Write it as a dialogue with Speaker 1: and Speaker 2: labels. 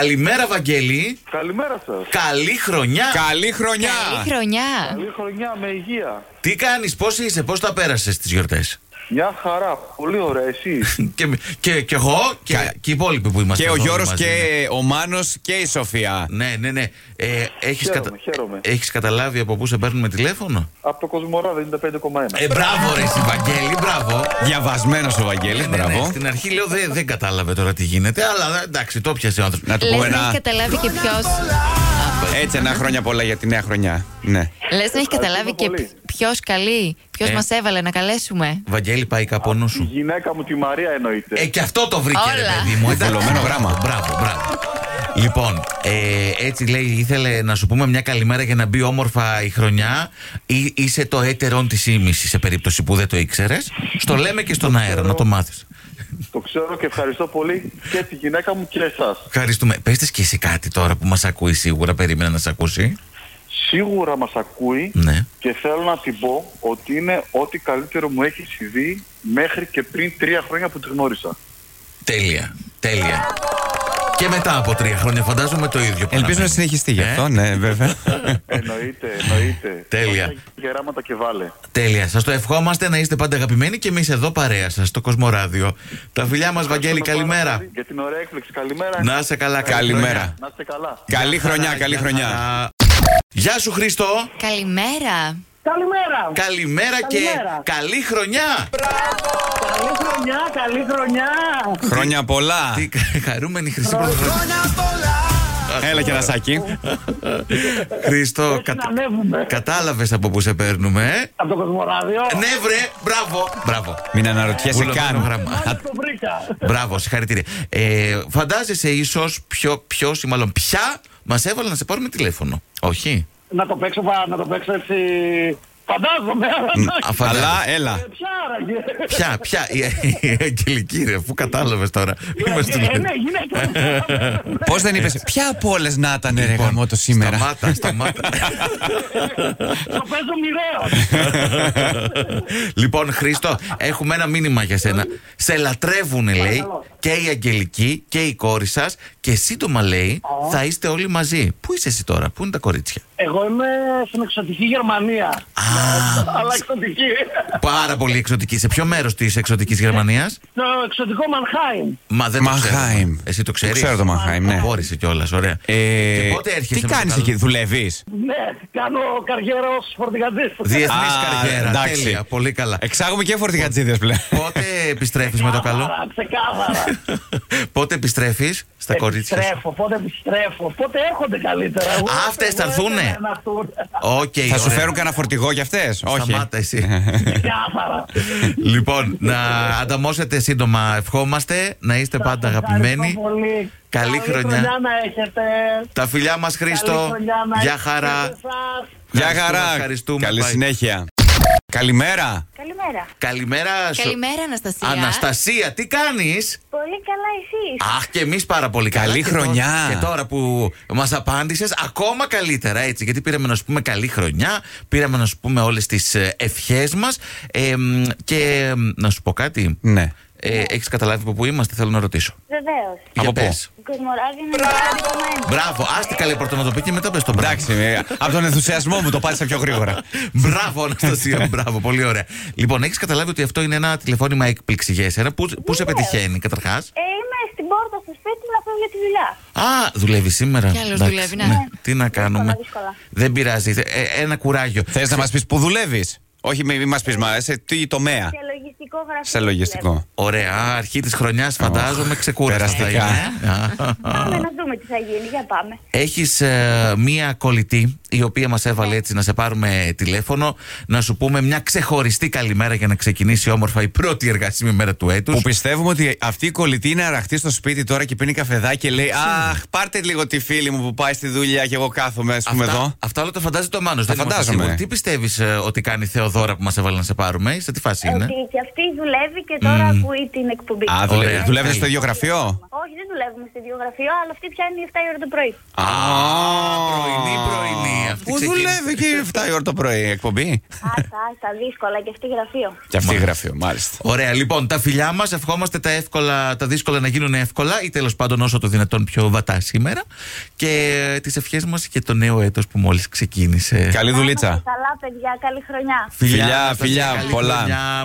Speaker 1: Καλημέρα, Βαγγέλη.
Speaker 2: Καλημέρα σας.
Speaker 1: Καλή χρονιά.
Speaker 3: Καλή χρονιά!
Speaker 4: Καλή χρονιά.
Speaker 2: Καλή χρονιά με υγεία.
Speaker 1: Τι κάνεις, πώς είσαι, πώς τα πέρασες τις γιορτές.
Speaker 2: Μια χαρά. Πολύ ωραία. Εσύ.
Speaker 1: και, και, και εγώ και,
Speaker 3: Κα-
Speaker 1: και οι υπόλοιποι που είμαστε.
Speaker 3: Και ο
Speaker 1: εδώ όλοι
Speaker 3: Γιώργος
Speaker 1: μαζί, ναι.
Speaker 3: και ο Μάνος και η Σοφία.
Speaker 1: Ναι, ναι, ναι. Ε, έχεις,
Speaker 2: Χαίρομαι, χαίρομαι.
Speaker 1: έχεις καταλάβει από πού σε παίρνουμε τηλέφωνο.
Speaker 2: Από το Κοσμοράδο 95,1.
Speaker 1: Ε, μπράβο ρε εσύ Βαγγέλη, μπράβο.
Speaker 3: Διαβασμένος ο
Speaker 1: Ναι,
Speaker 3: Βαγγέλης,
Speaker 1: ναι, ναι.
Speaker 3: μπράβο.
Speaker 1: Στην αρχή λέω δεν, δεν κατάλαβε τώρα τι γίνεται, αλλά εντάξει, το πιασε ο άνθρωπος.
Speaker 3: Να του
Speaker 4: Λε
Speaker 3: πούμε
Speaker 4: να έχει
Speaker 3: ένα.
Speaker 4: καταλάβει και ποιος.
Speaker 3: Έτσι, ένα χρόνια πολλά για τη νέα χρονιά. Ναι.
Speaker 4: Λες να έχει καταλάβει και
Speaker 2: πολύ.
Speaker 4: ποιος καλεί. Ποιος
Speaker 1: Ε.
Speaker 4: μας μα έβαλε να καλέσουμε.
Speaker 1: Βαγγέλη πάει κάπου ο νους
Speaker 2: Η
Speaker 1: σου.
Speaker 2: γυναίκα μου τη Μαρία εννοείται.
Speaker 1: Ε, και αυτό το βρήκε, ρε
Speaker 4: Όλα.
Speaker 1: παιδί μου. εντάξει.
Speaker 3: Βουλωμένο γράμμα.
Speaker 1: Μπράβο, μπράβο. Λοιπόν, ε, έτσι λέει, ήθελε να σου πούμε μια καλημέρα για να μπει όμορφα η χρονιά. Ή- είσαι το έτερον της ήμισης σε περίπτωση που δεν το ήξερες. Στο λέμε και στον αέρα, να το μάθεις.
Speaker 2: Το ξέρω και ευχαριστώ πολύ και τη γυναίκα μου και εσάς.
Speaker 1: Ευχαριστούμε. Πες της και εσύ κάτι τώρα που μας ακούεις σίγουρα, περίμενα να σε ακούσει.
Speaker 2: Σίγουρα μας ακούει
Speaker 1: Ναι.
Speaker 2: και θέλω να την πω ότι είναι ό,τι καλύτερο μου έχει συμβεί μέχρι και πριν τρία χρόνια που τη γνώρισα.
Speaker 1: Τέλεια. Τέλεια. Και μετά από τρία χρόνια φαντάζομαι το ίδιο. που
Speaker 3: Ελπίζω να
Speaker 1: αναμένει.
Speaker 3: συνεχιστεί γι'
Speaker 1: Ε,
Speaker 3: αυτό, ναι, βέβαια.
Speaker 2: Εννοείται, εννοείται.
Speaker 1: Τέλεια.
Speaker 2: Όσα Γεράματα και βάλε.
Speaker 1: Τέλεια. Σας το ευχόμαστε να είστε πάντα αγαπημένοι και εμείς εδώ παρέα σας στο Κοσμοράδιο. Τα φιλιά μας Βαγγέλη,
Speaker 2: Ευχαριστούμε πάρα
Speaker 1: καλημέρα.
Speaker 2: πολύ Για την ωραία έκπληξη. Καλημέρα.
Speaker 1: Να είσαι καλά, καλή
Speaker 3: Καλημέρα.
Speaker 1: χρονιά.
Speaker 2: Να είστε καλά.
Speaker 3: καλή χρονιά,
Speaker 1: Χαρά,
Speaker 3: καλή
Speaker 1: γεια
Speaker 3: χρονιά.
Speaker 1: χαρά. Γεια σου Χρήστο.
Speaker 4: Καλημέρα.
Speaker 5: Καλημέρα.
Speaker 1: Καλημέρα και
Speaker 5: Καλημέρα.
Speaker 1: καλή χρονιά.
Speaker 5: Καλή χρονιά, καλή χρονιά.
Speaker 3: Χρόνια πολλά.
Speaker 1: Τι κα- χαρούμενη Χρυσή Πρωτοχρονιά.
Speaker 3: Έλα και δασάκι.
Speaker 1: Χρήστο,
Speaker 5: Να ανέβουμε.
Speaker 1: κατάλαβες από πού σε παίρνουμε, ε.
Speaker 5: Από το Κοσμοράδιο.
Speaker 1: Ναι, βρε, μπράβο. Μπράβο.
Speaker 3: Μην αναρωτιέσαι
Speaker 1: Βουλωμένο
Speaker 3: καν.
Speaker 1: γράμμα.
Speaker 5: Μάλιστα το βρήκα.
Speaker 1: Μπράβο, συγχαρητήρια. Ε, φαντάζεσαι ίσως ποιο, ποιος ή μάλλον ποια μας έβαλε να σε πάρουμε τηλέφωνο. Όχι.
Speaker 5: Να το παίξω, πα- να το παίξω έτσι. Φαντάζομαι, αλλά εντάξει. Ε,
Speaker 1: Α, φαντάζεσαι.
Speaker 3: Αλλά έλα.
Speaker 5: Ποια άραγε.
Speaker 1: Ποια, ποια, η, η Αγγελική ρε, που κατάλαβες τώρα. Είμαστε
Speaker 5: Ε,
Speaker 1: στην-
Speaker 5: ναι, γυναίκα.
Speaker 3: Πώς δεν είπες, Ποια από όλες να ήταν ρε γαμό το σήμερα.
Speaker 1: Σταμάτα, σταμάτα.
Speaker 5: Το παίζω μοιραίο.
Speaker 1: λοιπόν, Χρήστο, έχουμε ένα μήνυμα για σένα. Σε λατρεύουν, λέει, και η Αγγελική και η κόρη σας και σύντομα, λέει, θα είστε όλοι μαζί. Πού είσαι εσύ τώρα, πού είναι τα κορίτσια.
Speaker 5: Εγώ είμαι στην εξωτική Γερμανία. Αλλά εξωτική.
Speaker 1: Πάρα πολύ εξωτική. Σε ποιο μέρος της εξωτικής Γερμανίας.
Speaker 5: Το εξωτικό Μανχάιμ.
Speaker 1: Μα δεν το
Speaker 3: Μανχάιμ.
Speaker 1: ξέρω. Εσύ το ξέρεις.
Speaker 3: Το ξέρω το Μανχάιμ, ναι.
Speaker 1: Απόρρισε κιόλας, ωραία.
Speaker 3: Ε,
Speaker 1: Και πότε έρχεσαι
Speaker 3: τι
Speaker 1: με το
Speaker 3: κάνεις
Speaker 1: καλό?
Speaker 3: εκεί, δουλεύεις.
Speaker 5: Ναι, κάνω καριέρα ως φορτηγαντής.
Speaker 1: Διεθνής
Speaker 3: Α,
Speaker 1: καριέρα.
Speaker 3: εντάξει.
Speaker 1: Τέλεια, πολύ καλά.
Speaker 3: Εξάγουμε και φορτηγατζίδες πλέον.
Speaker 1: Πότε επιστρέφεις με το καλό.
Speaker 5: Άρα, Ξεκάθαρα.
Speaker 1: Πότε επιστρέφεις στα κορίτσια. σου?
Speaker 5: Επιστρέφω, πότε επιστρέφω. Πότε έρχονται καλύτερα. Εγώ
Speaker 1: Α, αυτές θα
Speaker 5: δεν
Speaker 1: έρθουνε.
Speaker 5: ήθελα να έρθουν.
Speaker 1: Οκ,
Speaker 3: Θα σου
Speaker 1: ωραία.
Speaker 3: φέρουν κανένα φορτηγό για αυτές, Όχι.
Speaker 1: Σταμάτα εσύ.
Speaker 5: Ξεκάθαρα.
Speaker 1: λοιπόν, να ανταμώσετε σύντομα. Ευχόμαστε να είστε πάντα αγαπημένοι.
Speaker 5: Ευχαριστώ πολύ.
Speaker 1: Καλή χρονιά.
Speaker 5: να έχετε.
Speaker 1: Τα φιλιά μας
Speaker 5: Καλή
Speaker 1: Χρήστο.
Speaker 5: χρονιά να
Speaker 1: Γεια
Speaker 5: έχετε και
Speaker 1: χαρά.
Speaker 5: εσάς.
Speaker 3: Γεια
Speaker 1: Ευχαριστούμε,
Speaker 3: χαρά.
Speaker 1: ευχαριστούμε.
Speaker 3: Καλή
Speaker 1: Bye.
Speaker 3: συνέχεια. Καλημέρα.
Speaker 6: Καλημέρα.
Speaker 1: Καλημέρα σου.
Speaker 4: Καλημέρα, Αναστασία.
Speaker 1: Αναστασία, τι κάνεις
Speaker 6: Πολύ καλά εσείς.
Speaker 1: Αχ, και εμείς πάρα πολύ καλά.
Speaker 3: Καλή
Speaker 1: Και τώρα-
Speaker 3: χρονιά.
Speaker 1: Και τώρα που μας απάντησες, ακόμα καλύτερα έτσι. Γιατί πήραμε να σου πούμε καλή χρονιά, πήραμε να σου πούμε όλες τις ευχές μας. και εμ, να σου πω κάτι.
Speaker 3: Ναι.
Speaker 1: Ε, Έχεις καταλάβει από πού είμαστε, θέλω να ρωτήσω.
Speaker 6: Βεβαίως.
Speaker 1: Για
Speaker 3: Από πού?
Speaker 1: πες.
Speaker 6: Κοσμοράδι είναι Μπράβο.
Speaker 1: Μπράβο, άστε καλέ πρώτα να το πει και μετά πες το μπράβο.
Speaker 3: Εντάξει, ε, από τον ενθουσιασμό μου το πάτησα πιο γρήγορα.
Speaker 1: Μπράβο, Αναστασία, μπράβο, πολύ ωραία. Λοιπόν, έχεις καταλάβει ότι αυτό είναι ένα τηλεφώνημα έκπληξη για εσένα. Πού, πού σε πετυχαίνει, καταρχάς.
Speaker 6: Ε, είμαι στην πόρτα στο σπίτι μου να φύγω για τη δουλειά.
Speaker 1: Α, δουλεύει σήμερα.
Speaker 4: Κι άλλος
Speaker 1: Εντάξει,
Speaker 4: δουλεύει, ναι.
Speaker 1: Τι να κάνουμε.
Speaker 6: δύσκολα.
Speaker 1: Δεν πειράζει. Ε, ένα κουράγιο.
Speaker 3: Θες να μας πεις που δουλεύεις. Όχι, μην μας πεις, μα σε τι τομέα.
Speaker 6: Σε λογιστικό γραφείο.
Speaker 3: Σε λογιστικό.
Speaker 1: Ωραία, α, αρχή της χρονιάς φαντάζομαι ξεκούραστα
Speaker 3: περαστικά.
Speaker 1: είναι. ε.
Speaker 6: δουλεύω. Πάμε να δούμε τι θα γίνει. Για πάμε.
Speaker 1: Έχεις ε, μία κολλητή η οποία μας έβαλε έτσι να σε πάρουμε τηλέφωνο, να σου πούμε μια ξεχωριστή καλημέρα για να ξεκινήσει όμορφα η πρώτη εργασίμη μέρα του έτους.
Speaker 3: Που πιστεύουμε ότι αυτή η κολλητή είναι αραχτή στο σπίτι τώρα και πίνει καφεδάκι και λέει Αχ, πάρτε λίγο τη φίλη μου που πάει στη δουλειά και εγώ κάθομαι, ας πούμε
Speaker 1: Αυτά,
Speaker 3: εδώ.
Speaker 1: αυτά όλα τα φαντάζεται ο Μάνος. Δεν είμαστε
Speaker 3: φαντάζομαι.
Speaker 1: σίγουροι. Τι πιστεύεις ότι κάνει η Θεοδώρα που μας έβαλε να σε πάρουμε, ή σε τι φάση είναι.
Speaker 6: Ότι και αυτή δουλεύει και τώρα ακούει την εκπομπή.
Speaker 3: Α,
Speaker 1: δουλεύει.
Speaker 3: δουλεύετε
Speaker 1: Τέλεια.
Speaker 3: στο ίδιο γραφείο.
Speaker 6: Όχι, δεν δουλεύουμε στο ίδιο γραφείο, αλλά αυτή πια κάνει 7 η ώρα το πρωί.
Speaker 3: Α,
Speaker 1: Πρωινή, πρωινή. Αυτή
Speaker 3: Πού
Speaker 1: ξεκίνησε.
Speaker 3: δουλεύει και 7 η ώρα το πρωί εκπομπή.
Speaker 6: Άστα, άστα, δύσκολα και αυτή γραφείο.
Speaker 3: Και αυτή η
Speaker 1: Μάλιστα.
Speaker 3: γραφείο, μάλιστα.
Speaker 1: Ωραία, λοιπόν, τα φιλιά μας. Ευχόμαστε τα, εύκολα, τα δύσκολα να γίνουν εύκολα ή τέλος πάντων όσο το δυνατόν πιο βατά σήμερα. Και τις ευχές μας και το νέο έτος που μόλις ξεκίνησε.
Speaker 3: Καλή δουλίτσα.
Speaker 6: Καλά, παιδιά, καλή χρονιά.
Speaker 3: Φιλιά,
Speaker 1: Αναστασία,
Speaker 3: φιλιά,
Speaker 1: καλή
Speaker 3: πολλά.
Speaker 1: χρονιά.